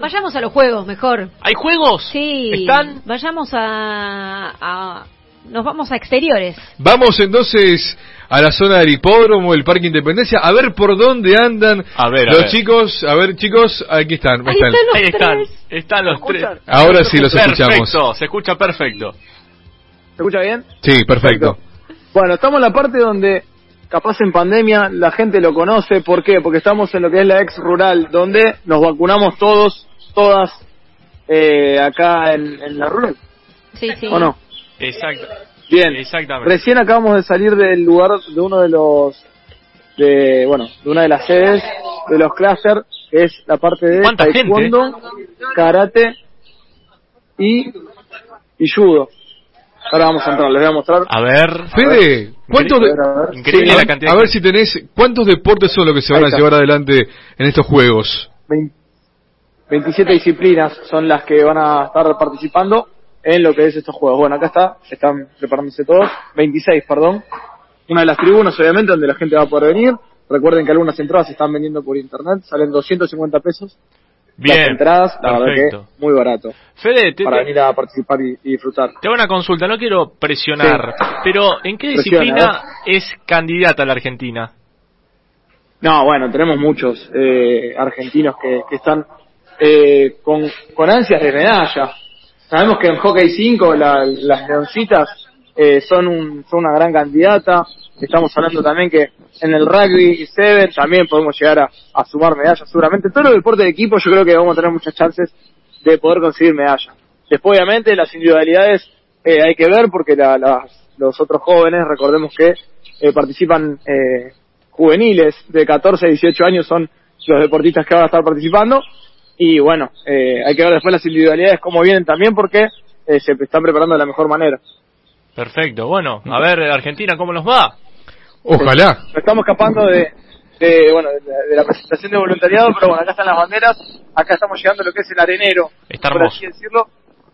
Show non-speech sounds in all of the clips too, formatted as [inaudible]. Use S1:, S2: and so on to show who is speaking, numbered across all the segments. S1: Vayamos a los juegos mejor.
S2: ¿Hay juegos?
S1: Sí.
S2: ¿Están?
S1: Vayamos a, a- Nos vamos a exteriores.
S3: Vamos entonces a la zona del hipódromo, el Parque Independencia, a ver por dónde andan
S2: A ver, a
S3: los
S2: ver.
S3: chicos. A ver, chicos, aquí están.
S1: Ahí
S3: están.
S1: están los
S2: Ahí están.
S1: tres.
S2: Están los tres.
S4: escuchan?
S3: Ahora sí los
S2: perfecto,
S3: escuchamos.
S2: se escucha perfecto.
S4: ¿Se escucha bien?
S3: Sí, perfecto.
S4: Bueno, estamos en la parte donde, capaz en pandemia, la gente lo conoce. ¿Por qué? Porque estamos en lo que es la ex rural, donde nos vacunamos todos, todas, eh, acá en, en la rural.
S1: Sí, sí.
S4: ¿O no?
S2: Exacto.
S4: Bien.
S2: Exactamente.
S4: Recién acabamos de salir del lugar de uno de los, de, bueno, de una de las sedes de los clusters, que es la parte de
S2: ¿Cuánta gente? eh?
S4: taekwondo, karate y, y judo. Ahora vamos a entrar, les voy a mostrar.
S2: A ver.
S3: Fede, ¿cuántos
S4: A
S3: de-
S4: ver, a ver.
S2: Increíble
S4: Sí,
S2: la
S4: ¿no?
S2: cantidad.
S3: a
S2: de
S3: ver
S2: gente.
S3: si tenés, ¿cuántos deportes son los que se van
S4: Ahí
S3: a
S4: está.
S3: llevar adelante en estos juegos?
S4: 20 27 disciplinas son las que van a estar participando en lo que es estos juegos. Bueno, acá está, están preparándose todos, 26, perdón. Una de las tribunas, obviamente, donde la gente va a poder venir. Recuerden que algunas entradas se están vendiendo por internet, salen 250 pesos las
S2: Bien.
S4: entradas, la
S2: perfecto.
S4: verdad que muy barato
S2: Fede, te,
S4: para
S2: te-
S4: venir a participar y, y disfrutar.
S2: te hago una consulta, no quiero presionar, pero ¿en qué
S4: Presiona, ¿eh?
S2: disciplina es candidata la Argentina?
S4: No, bueno, tenemos muchos eh, argentinos que, que están eh, con, con ansias de medalla. Sabemos que en Hockey 5 la- las leoncitas eh, son, un, son una gran candidata. Estamos hablando también que en el rugby 7 también podemos llegar a, a sumar medallas seguramente. En Todo el deporte de equipo yo creo que vamos a tener muchas chances de poder conseguir medallas. Después obviamente las individualidades eh, hay que ver porque la- las- los otros jóvenes, recordemos que eh, participan eh, juveniles de 14 a 18 años son los deportistas que van a estar participando. Y bueno, eh, hay que ver después las individualidades cómo vienen también porque eh, se están preparando de la mejor manera.
S2: Perfecto, bueno, a ver, Argentina, ¿cómo nos va?
S3: Ojalá.
S4: Nos estamos escapando de, de, bueno, de, la- de la presentación de voluntariado, pero bueno, acá están las banderas, acá estamos llegando a lo que es el arenero,
S2: Está
S4: por
S2: hermoso.
S4: así decirlo,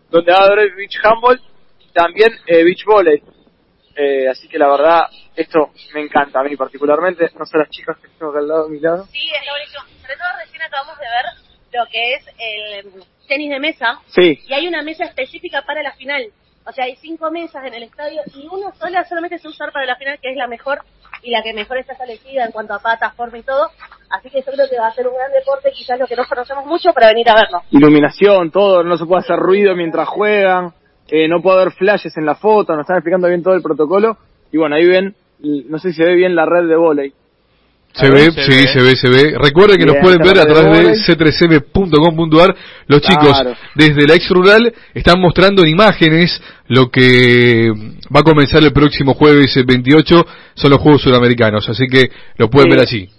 S4: donde va a haber beach handball, también eh, beach volley. Eh, así que la verdad, esto me encanta a mí particularmente, no sé las chicas que tengo acá al lado de mi lado.
S5: Sí, está buenísimo. Sobre todo recién acabamos de ver lo que es el em, tenis de mesa
S4: Sí,
S5: y hay una mesa específica para la final. O sea, hay cinco mesas en el estadio y una sola solamente se usa para la final, que es la mejor y la que mejor está establecida en cuanto a patas, forma y todo. Así que yo creo que va a ser un gran deporte, quizás lo que no conocemos mucho, para venir a verlo.
S4: iluminación, todo, no se puede hacer ruido mientras juegan, eh, no puede haber flashes en la foto, nos están explicando bien todo el protocolo. Y bueno, ahí ven, l- no sé si se ve bien la red de volei.
S3: Se
S2: A
S3: ve,
S2: ver, se
S3: sí,
S2: ve.
S3: se ve, se ve. Recuerden que nos
S4: Bien,
S3: pueden ver a
S4: está la
S3: través de
S4: red.
S3: c3m.com.ar. Los chicos
S4: Claro.
S3: desde la ex rural están mostrando en imágenes lo que va a comenzar el próximo jueves el 28, son los Juegos Sudamericanos, así que lo pueden
S4: Sí.
S3: ver allí.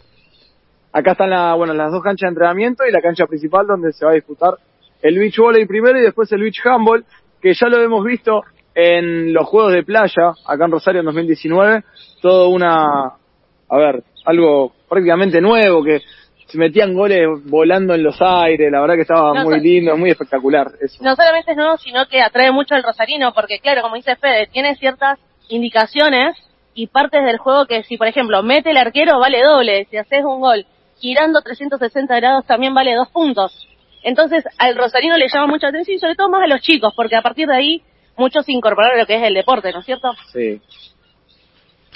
S4: Acá están la, bueno, las dos canchas de entrenamiento y la cancha principal donde se va a disputar el beach volley primero y después el beach handball, que ya lo hemos visto en los Juegos de Playa, acá en Rosario en 2019, todo una, a ver, algo prácticamente nuevo, que se metían goles volando en los aires, la verdad que estaba
S5: No,
S4: muy
S5: so-
S4: lindo, muy espectacular eso.
S5: No solamente es nuevo, sino que atrae mucho al rosarino, porque claro, como dice Fede, tiene ciertas indicaciones y partes del juego que si, por ejemplo, mete el arquero vale doble, si haces un gol girando 360 grados también vale dos puntos. Entonces al rosarino le llama mucha atención y sobre todo más a los chicos, porque a partir de ahí muchos se incorporaron a lo que es el deporte, ¿no es cierto?
S4: Sí.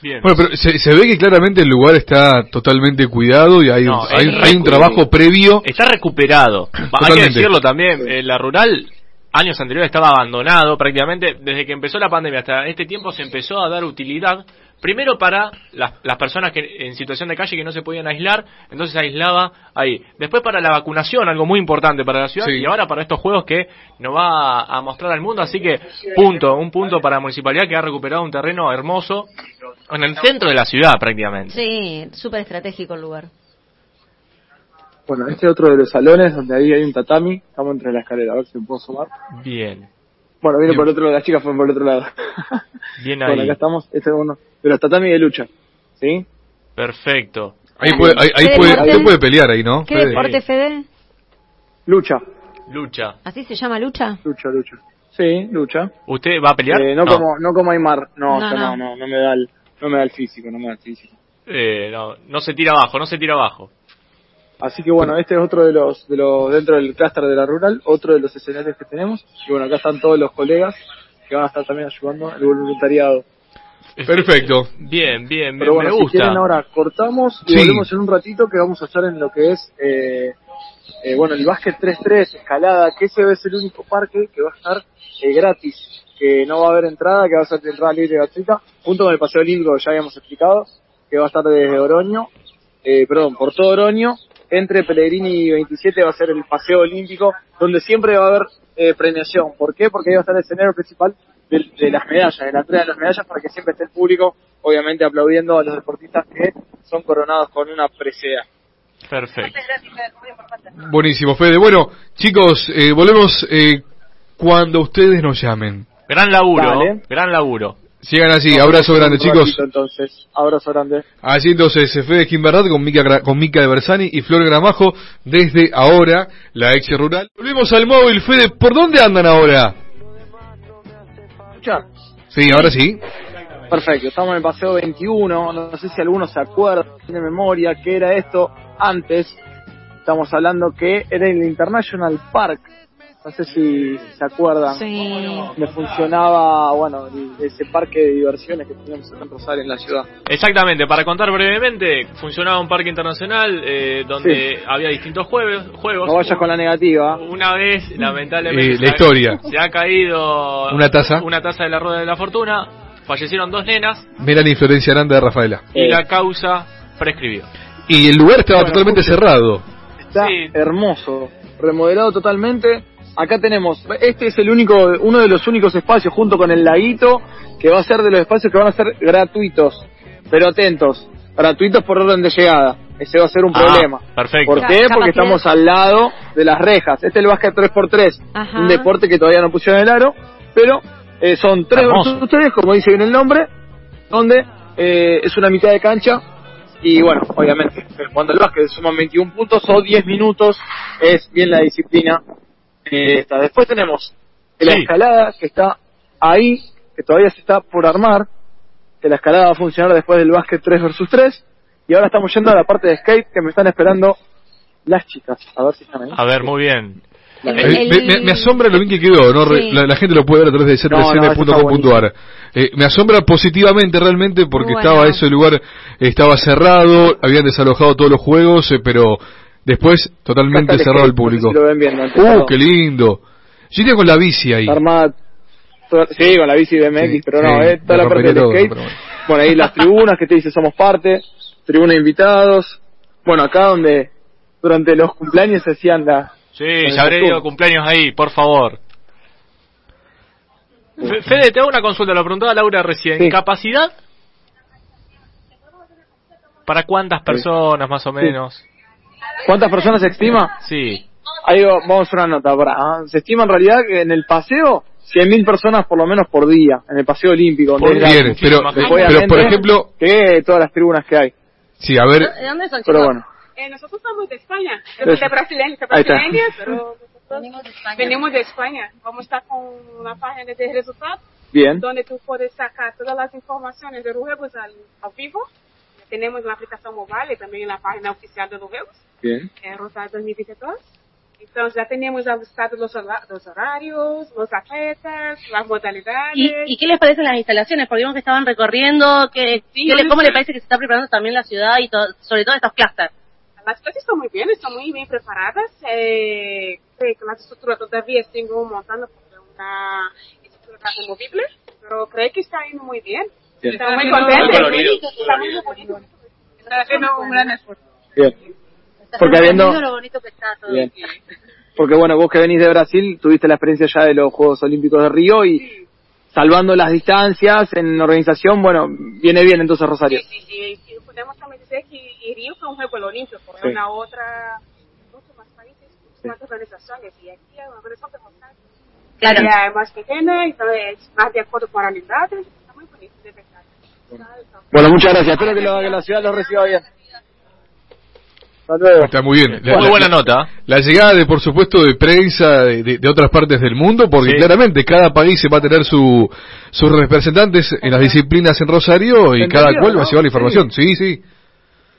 S2: Bien.
S3: Bueno, pero se, se ve que claramente el lugar está totalmente cuidado y hay,
S2: No,
S3: un,
S2: es
S3: hay,
S2: re
S3: hay un trabajo previo.
S2: Está
S3: [coughs]
S2: recuperado. Va, Hay que
S3: Totalmente.
S2: decirlo también. eh, la rural, años anteriores, estaba abandonado prácticamente. Desde que empezó la pandemia hasta este tiempo se empezó a dar utilidad. Primero para las, las personas que en situación de calle que no se podían aislar, entonces se aislaba ahí. Después para la vacunación, algo muy importante para la ciudad,
S3: Sí.
S2: y ahora para estos juegos que nos va a, a mostrar al mundo. Así que, punto, un punto para la municipalidad que ha recuperado un terreno hermoso en el centro de la ciudad prácticamente.
S1: Sí, súper estratégico el lugar.
S4: Bueno, este es otro de los salones donde ahí hay un tatami, estamos entre la escalera, a ver si me puedo sumar.
S2: Bien,
S4: Bueno, viene
S3: Bien.
S4: por el otro lado, las chicas fueron por el otro
S5: [laughs]
S4: lado.
S2: bien
S4: bueno,
S2: ahí.
S4: acá estamos, este es uno de los tatami de lucha, ¿sí?
S2: Perfecto.
S3: Ahí puede, ahí, ahí
S1: Fede
S3: puede,
S1: Martel.
S3: usted puede pelear ahí, ¿no?
S1: ¿Qué
S3: Fede?
S1: deporte, Fede?
S4: Lucha,
S2: Lucha.
S1: ¿Así se llama lucha?
S4: lucha, lucha. Sí, lucha.
S2: ¿Usted va a pelear?
S4: Eh, no, Como, no como Aymar, no,
S1: No,
S4: yo
S1: no.
S4: no, no, no me da el, no me da el físico, no me da el físico.
S2: Eh, no, no se tira abajo, no se tira abajo.
S4: Así que bueno, este es otro de los, de los dentro del clúster de la rural, otro de los escenarios que tenemos. Y bueno, acá están todos los colegas que van a estar también ayudando el voluntariado.
S3: Perfecto.
S2: [laughs] Bien, bien, bien,
S4: Pero bueno,
S2: me
S4: si
S2: gusta.
S4: quieren ahora cortamos y
S3: Sí.
S4: volvemos en un ratito que vamos a estar en lo que es, eh, eh, bueno, el básquet 3-3, escalada, que ese es el único parque que va a estar eh, gratis, que no va a haber entrada, que va a ser de entrada libre y gratuita, junto con el paseo olímpico que ya habíamos explicado, que va a estar desde Oroño, eh, perdón, por todo Oroño, entre Pellegrini y 27 va a ser el paseo olímpico, donde siempre va a haber eh, premiación. ¿Por qué? Porque ahí va a estar el escenario principal de, de las medallas, de la entrega de las medallas, para que siempre esté el público, obviamente aplaudiendo a los deportistas que son coronados con una presea.
S2: Perfecto.
S5: Es gratis, es muy importante.
S3: Buenísimo, Fede. Bueno, chicos, eh, volvemos eh, cuando ustedes nos llamen.
S2: Gran laburo,
S4: Dale.
S2: gran laburo.
S3: Sigan así, abrazo grande,
S4: Un
S3: chicos.
S4: ratito, entonces, abrazo grande.
S3: Así entonces, Fede Kimberdat con Mica, Gra- con Mica de Bersani y Flor Gramajo desde ahora, la ex rural. Volvemos al móvil, Fede, ¿por dónde andan ahora?
S4: Escuchá.
S3: Sí, ahora sí.
S4: Perfecto, estamos en el paseo 21, no sé si algunos se acuerdan de memoria que era esto antes, estamos hablando que era el International Park, no sé si se acuerdan,
S1: Sí.
S4: me funcionaba, bueno, el- ese parque de diversiones que teníamos acá en Rosario, en la ciudad.
S2: Exactamente, para contar brevemente, funcionaba un parque internacional eh, donde había distintos jueves, juegos.
S4: No vayas con la Mm. negativa,
S2: Una vez, lamentablemente,
S3: Eh, la
S2: se ha-
S3: historia.
S2: se ha caído
S3: Una taza.
S2: una taza de la rueda de la fortuna, fallecieron dos nenas
S3: Melanie Florencia Aranda de Rafaela.
S2: y
S4: Eh.
S2: la causa prescribió.
S3: Y el lugar estaba
S4: Bueno,
S3: totalmente
S4: escuchen.
S3: cerrado.
S4: está
S2: Sí.
S4: hermoso, remodelado totalmente. Acá tenemos, este es el único, uno de los únicos espacios junto con el laguito que va a ser de los espacios que van a ser gratuitos, pero atentos, gratuitos por orden de llegada. Ese va a ser un
S2: Ah,
S4: problema.
S2: perfecto.
S4: ¿Por qué?
S1: Capacidad.
S4: Porque estamos al lado de las rejas. Este es el básquet 3x3,
S1: Ajá.
S4: un deporte que todavía no pusieron el aro, pero eh, son tres
S2: Hermoso.
S4: versus tres, como dice bien el nombre, donde eh, es una mitad de cancha y bueno, obviamente, cuando el básquet suman 21 puntos o 10 minutos, es bien la disciplina. eh, esta. Después tenemos la
S2: Sí.
S4: escalada que está ahí, que todavía se está por armar, que la escalada va a funcionar después del básquet 3 versus 3, y ahora estamos yendo a la parte de skate que me están esperando las chicas, a ver si están ahí.
S2: A ver, muy bien.
S1: El-
S3: Eh,
S1: el-
S3: me, me- me asombra lo bien que quedó, ¿no? Re-
S1: Sí.
S3: la, la gente lo puede ver a través de
S4: No, no, eso está
S3: ctcn.com.ar. Eh, me asombra positivamente realmente porque
S1: Bueno.
S3: estaba ese lugar, estaba cerrado, habían desalojado todos los juegos, eh, pero después totalmente
S4: Acá está
S3: cerrado
S4: skate,
S3: al público.
S4: si lo ven bien,
S3: ¡Uh,
S4: antes
S3: qué lindo! Yo iría con la bici ahí.
S4: Está armada toda- sí, con la bici BMX,
S3: Sí,
S4: pero no,
S3: sí,
S4: eh,
S3: me
S4: toda la parte
S3: rompería
S4: del
S3: todo,
S4: skate.
S3: pero bueno.
S4: bueno.
S3: [laughs]
S4: ahí las tribunas que te dice somos parte, tribuna de invitados. Bueno, acá donde durante los cumpleaños se hacían las...
S2: Sí,
S4: el
S2: ya habré
S4: Zoom.
S2: ido a cumpleaños ahí, por favor. Fe- Fede, te hago una consulta, lo preguntaba Laura recién.
S4: Sí.
S2: ¿Capacidad? ¿Para cuántas personas más o menos?
S4: ¿Cuántas personas se estima?
S2: Sí.
S4: Ahí va- vamos a hacer una nota, pará, ah. Se estima en realidad que en el paseo 100.000 personas por lo menos por día, en el paseo olímpico. donde
S2: Por
S4: es
S2: día,
S3: Bien,
S4: gratis.
S3: pero,
S2: muchísima gente.
S4: Después,
S3: pero por
S4: obviamente,
S3: ejemplo,
S4: Que todas las tribunas que hay.
S3: sí, a ver,
S5: ¿De dónde son, chicos?
S4: Pero bueno.
S6: Eh, nosotros somos de España,
S4: Eso.
S6: de brasileños, de
S4: Ahí está. [laughs]
S6: brasileños, pero nosotros
S5: Venimos de España.
S6: venimos de España. Vamos a estar con una página de resultados
S4: Bien.
S6: donde tú puedes sacar todas las informaciones de los juegos al, al vivo. Tenemos la aplicación mobile y también la página oficial de los juegos,
S4: Bien.
S6: eh, Rosario 2022. Entonces ya tenemos avisados los, hora- los horarios, los atletas, las modalidades.
S5: ¿Y, ¿Y qué les parecen las instalaciones? Porque vimos que estaban recorriendo, que,
S6: Sí,
S5: ¿qué le-
S6: yo-
S5: ¿cómo le parece que se está preparando también la ciudad y to- sobre todo estos clústeres?
S6: Las cosas están muy bien, están muy bien preparadas. Eh, creo que las estructuras todavía sigo montando porque una estructura removible, pero creo que está yendo muy bien.
S4: Bien.
S6: Estamos muy
S2: Muy
S6: contentos.
S2: colorido.
S5: Está muy bonito.
S6: Está haciendo un gran esfuerzo.
S4: Bien.
S5: Está
S4: Porque
S5: sorprendido
S4: habiendo-
S5: lo bonito que está todo.
S4: Bien. Porque bueno, vos que venís de Brasil, tuviste la experiencia ya de los Juegos Olímpicos de Río y salvando las distancias en organización, bueno, viene bien entonces Rosario.
S6: Sí, sí, sí. Y podemos también decir que Río fue un juego olímpico, fue
S4: Sí.
S6: una otra, muchos más países, muchas
S4: Sí.
S6: más organizaciones, y aquí hay una organización que montamos.
S5: Claro.
S6: Ya es más pequeña, entonces más de acuerdo con la unidad, está muy bonito, de verdad.
S4: Bueno, muchas gracias. Espero que, lo- que la ciudad los reciba bien. Hasta luego.
S3: está muy bien. La-
S2: Muy
S3: la-
S2: buena nota.
S3: La llegada de, por supuesto, de prensa de, de- de otras partes del mundo, porque
S2: Sí.
S3: claramente cada país va a tener su, sus representantes en las disciplinas en Rosario y
S4: Entendido,
S3: cada cual va a
S4: ¿no?
S3: llevar la información. Sí, sí.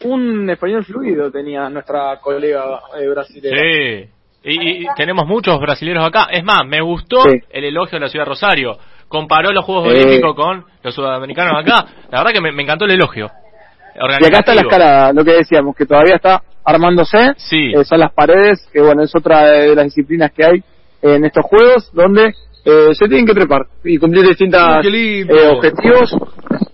S4: un español fluido tenía nuestra colega eh, brasileña.
S2: Sí. Y, y tenemos muchos brasileños acá. Es más, me gustó
S4: Sí.
S2: el elogio de la ciudad de Rosario. Comparó los Juegos
S4: Sí.
S2: Olímpicos con los sudamericanos acá. La verdad que me, me encantó el elogio.
S4: Y acá está la
S2: Organizativo.
S4: escalada, lo que decíamos, que todavía está armándose.
S2: Sí.
S4: Eh, son las paredes, que bueno, es otra de las disciplinas que hay en estos juegos, donde eh, se tienen que trepar y cumplir
S3: Oh,
S4: distintas
S3: qué lindo.
S4: eh, objetivos.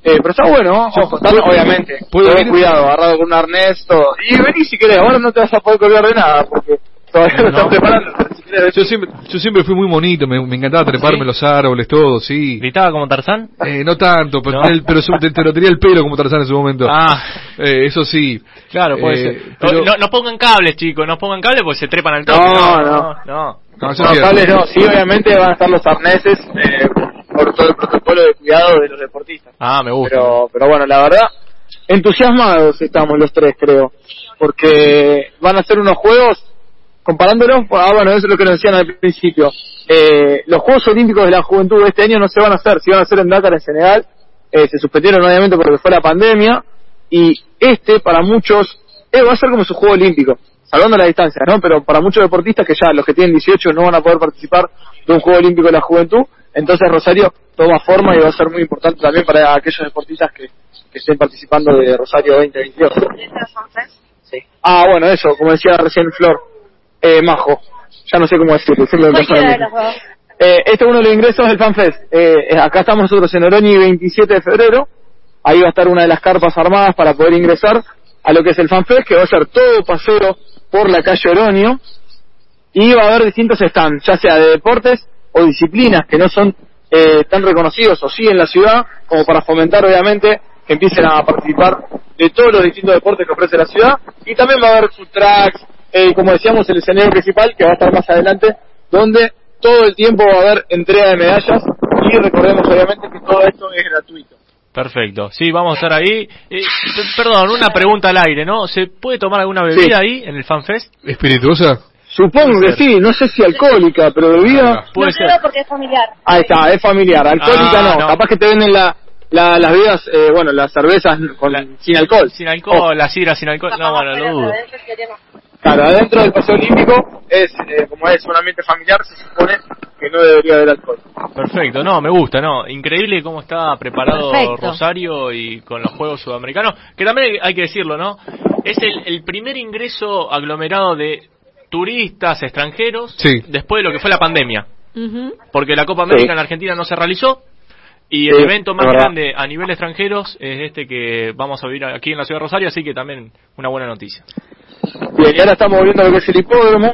S4: Eh, pero está bueno,
S3: Yo
S4: ojo,
S3: puedo-
S4: está- obviamente.
S3: puedo
S4: todo
S3: ir.
S4: cuidado, agarrado con un arnés, todo. Y vení si querés, ahora no te vas a poder colgar de nada, porque todavía no,
S2: No.
S4: están preparando. pero si querés,
S3: Yo siempre, yo siempre fui muy monito, me, me encantaba treparme
S2: ¿Sí?
S3: los árboles, todo, sí.
S2: ¿Gritaba como Tarzán?
S3: Eh, no tanto, pero,
S2: No.
S3: tenía el- pero su- te, te lo tenía el pelo como Tarzán en su momento.
S2: [laughs] Ah,
S3: Eh, eso sí.
S2: claro, puede
S3: Eh,
S2: ser.
S3: pero-
S2: No, no pongan cables, chicos, no pongan cables porque se trepan al toque.
S4: No,
S2: no.
S4: no.
S2: no.
S3: No, eso
S4: No,
S3: es cierto.
S4: cables no, sí, obviamente van a estar los arneses eh, por todo el protocolo de cuidado de los deportistas.
S2: Ah, me gusta.
S4: Pero, pero bueno, la verdad, entusiasmados estamos los tres, creo. Porque van a ser unos juegos, comparándolos, ah, bueno, eso es lo que nos decían al principio. Eh, los Juegos Olímpicos de la Juventud de este año no se van a hacer, se van a hacer en Dakar, en Senegal. Eh, se suspendieron obviamente porque fue la pandemia. Y este, para muchos, eh, va a ser como su Juego Olímpico. Salvando la distancia, ¿no? Pero para muchos deportistas que ya los que tienen 18 no van a poder participar de un Juego Olímpico de la Juventud, entonces Rosario toma forma y va a ser muy importante también para aquellos deportistas que, que estén participando de Rosario 2022. Sí. Ah, bueno, eso, como decía recién Flor, eh, Majo, ya no sé cómo decirlo.
S5: [laughs]
S4: siempre me pasa lo
S5: Cualquiera Pues de los
S4: mismo.
S5: dos.
S4: Eh, este es uno de los ingresos del FanFest. Eh, eh, acá estamos nosotros en Oroni 27 de febrero. Ahí va a estar una de las carpas armadas para poder ingresar a lo que es el FanFest, que va a ser todo paseo por la calle Oronio. Y va a haber distintos stands, ya sea de deportes o disciplinas que no son eh, tan reconocidos o sí en la ciudad, como para fomentar obviamente que empiecen a participar de todos los distintos deportes que ofrece la ciudad. Y también va a haber food trucks, eh, como decíamos, el escenario principal que va a estar más adelante, donde todo el tiempo va a haber entrega de medallas y recordemos obviamente que todo esto es gratuito.
S2: Perfecto. Sí, vamos a estar ahí. Eh, p- perdón, una pregunta al aire, ¿no? ¿Se puede tomar alguna bebida
S4: Sí.
S2: ahí en el FanFest?
S3: ¿Espirituosa?
S4: Supongo que sí, no sé si alcohólica, pero bebida...
S3: Ah,
S5: No
S2: Puede
S5: creo
S2: ser.
S5: porque es familiar.
S4: Ahí está, es familiar, alcohólica
S2: Ah,
S4: no.
S2: no.
S4: capaz que te venden la, la- las bebidas, eh, bueno, las cervezas con-
S2: La-
S4: sin alcohol. Oh.
S2: Sin alcohol, la sidra sin alcohol. No, bueno, lo dudo.
S4: Claro, adentro del paseo olímpico es, eh, como es un ambiente familiar, se supone que no debería haber alcohol.
S2: Perfecto, no, me gusta, no. Increíble cómo está preparado
S1: Perfecto.
S2: Rosario y con los Juegos Sudamericanos, que también hay que decirlo, ¿no? Es el, el primer ingreso aglomerado de turistas extranjeros
S3: Sí.
S2: después de lo que fue la pandemia,
S1: Ujú.
S2: porque la Copa América
S4: Sí.
S2: en la Argentina no se realizó y el
S4: Sí,
S2: evento más
S4: es verdad.
S2: grande a nivel extranjeros es este que vamos a vivir aquí en la ciudad de Rosario, así que también una buena noticia.
S4: Bien, y ahora estamos volviendo a lo que es el hipódromo,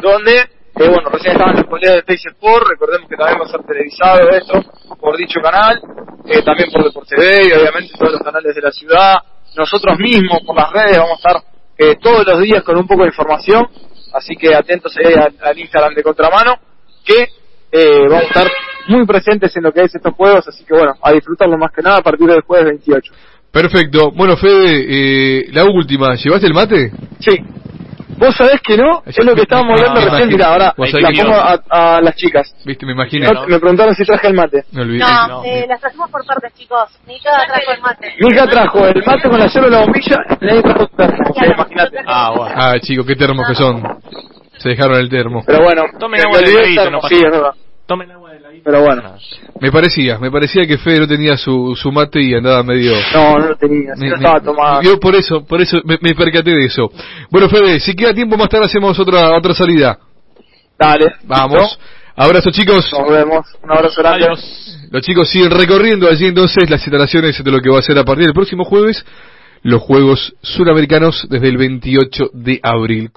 S4: donde, eh, bueno, recién estaban los colegas de Space Sport, recordemos que también va a ser televisado esto por dicho canal, eh, también por Deporte TV y obviamente todos los canales de la ciudad, nosotros mismos por las redes vamos a estar eh, todos los días con un poco de información, así que atentos ahí al, al Instagram de Contramano, que eh, vamos a estar muy presentes en lo que es estos juegos, así que bueno, a disfrutarlo más que nada a partir del jueves 28.
S3: Perfecto. Bueno, Fede, eh, la última. ¿Llevaste el mate?
S4: Sí. Vos sabés que no, es lo que estábamos
S3: Ah,
S4: hablando
S3: me
S4: recién,
S3: imagino.
S4: mirá, ahora
S3: Vos
S2: sabés
S4: la
S2: que
S4: pongo
S2: yo-
S4: a, a las chicas.
S3: Viste, me imaginé.
S4: No, me preguntaron si traje el mate.
S3: Me olvidé.
S5: No,
S2: No,
S5: eh,
S2: bien.
S5: las hacemos por partes, chicos. Ni cada trajo el mate.
S4: Mi hija trajo el mate con la cero la bombilla, y nadie trajo el termo, o sea,
S5: Claro.
S4: imagínate.
S2: Ah, bueno.
S3: Ah, chicos, qué termos que son. Se dejaron el termo.
S4: Pero bueno,
S2: Tomen
S4: me
S2: agua del
S4: olvidé
S2: ladito,
S4: termo,
S2: no pasa
S4: sí, es
S2: nada.
S4: verdad.
S2: Tomen agua de la
S4: Pero
S2: Ah.
S4: bueno,
S3: Me parecía, me parecía que Fede no tenía su, su mate y andaba medio...
S4: no, no lo tenía, si
S3: Me-
S4: no
S3: me-
S4: estaba tomada.
S3: Yo por eso, por eso me, me percaté de eso. Bueno, Fede, si queda tiempo más tarde hacemos otra otra salida.
S4: Dale,
S3: Vamos.
S4: listo.
S3: Abrazo, chicos.
S4: Nos vemos, un abrazo grande.
S2: Adiós.
S3: Los chicos siguen recorriendo allí entonces las instalaciones de lo que va a ser a partir del próximo jueves los Juegos Suramericanos desde el 28 de abril.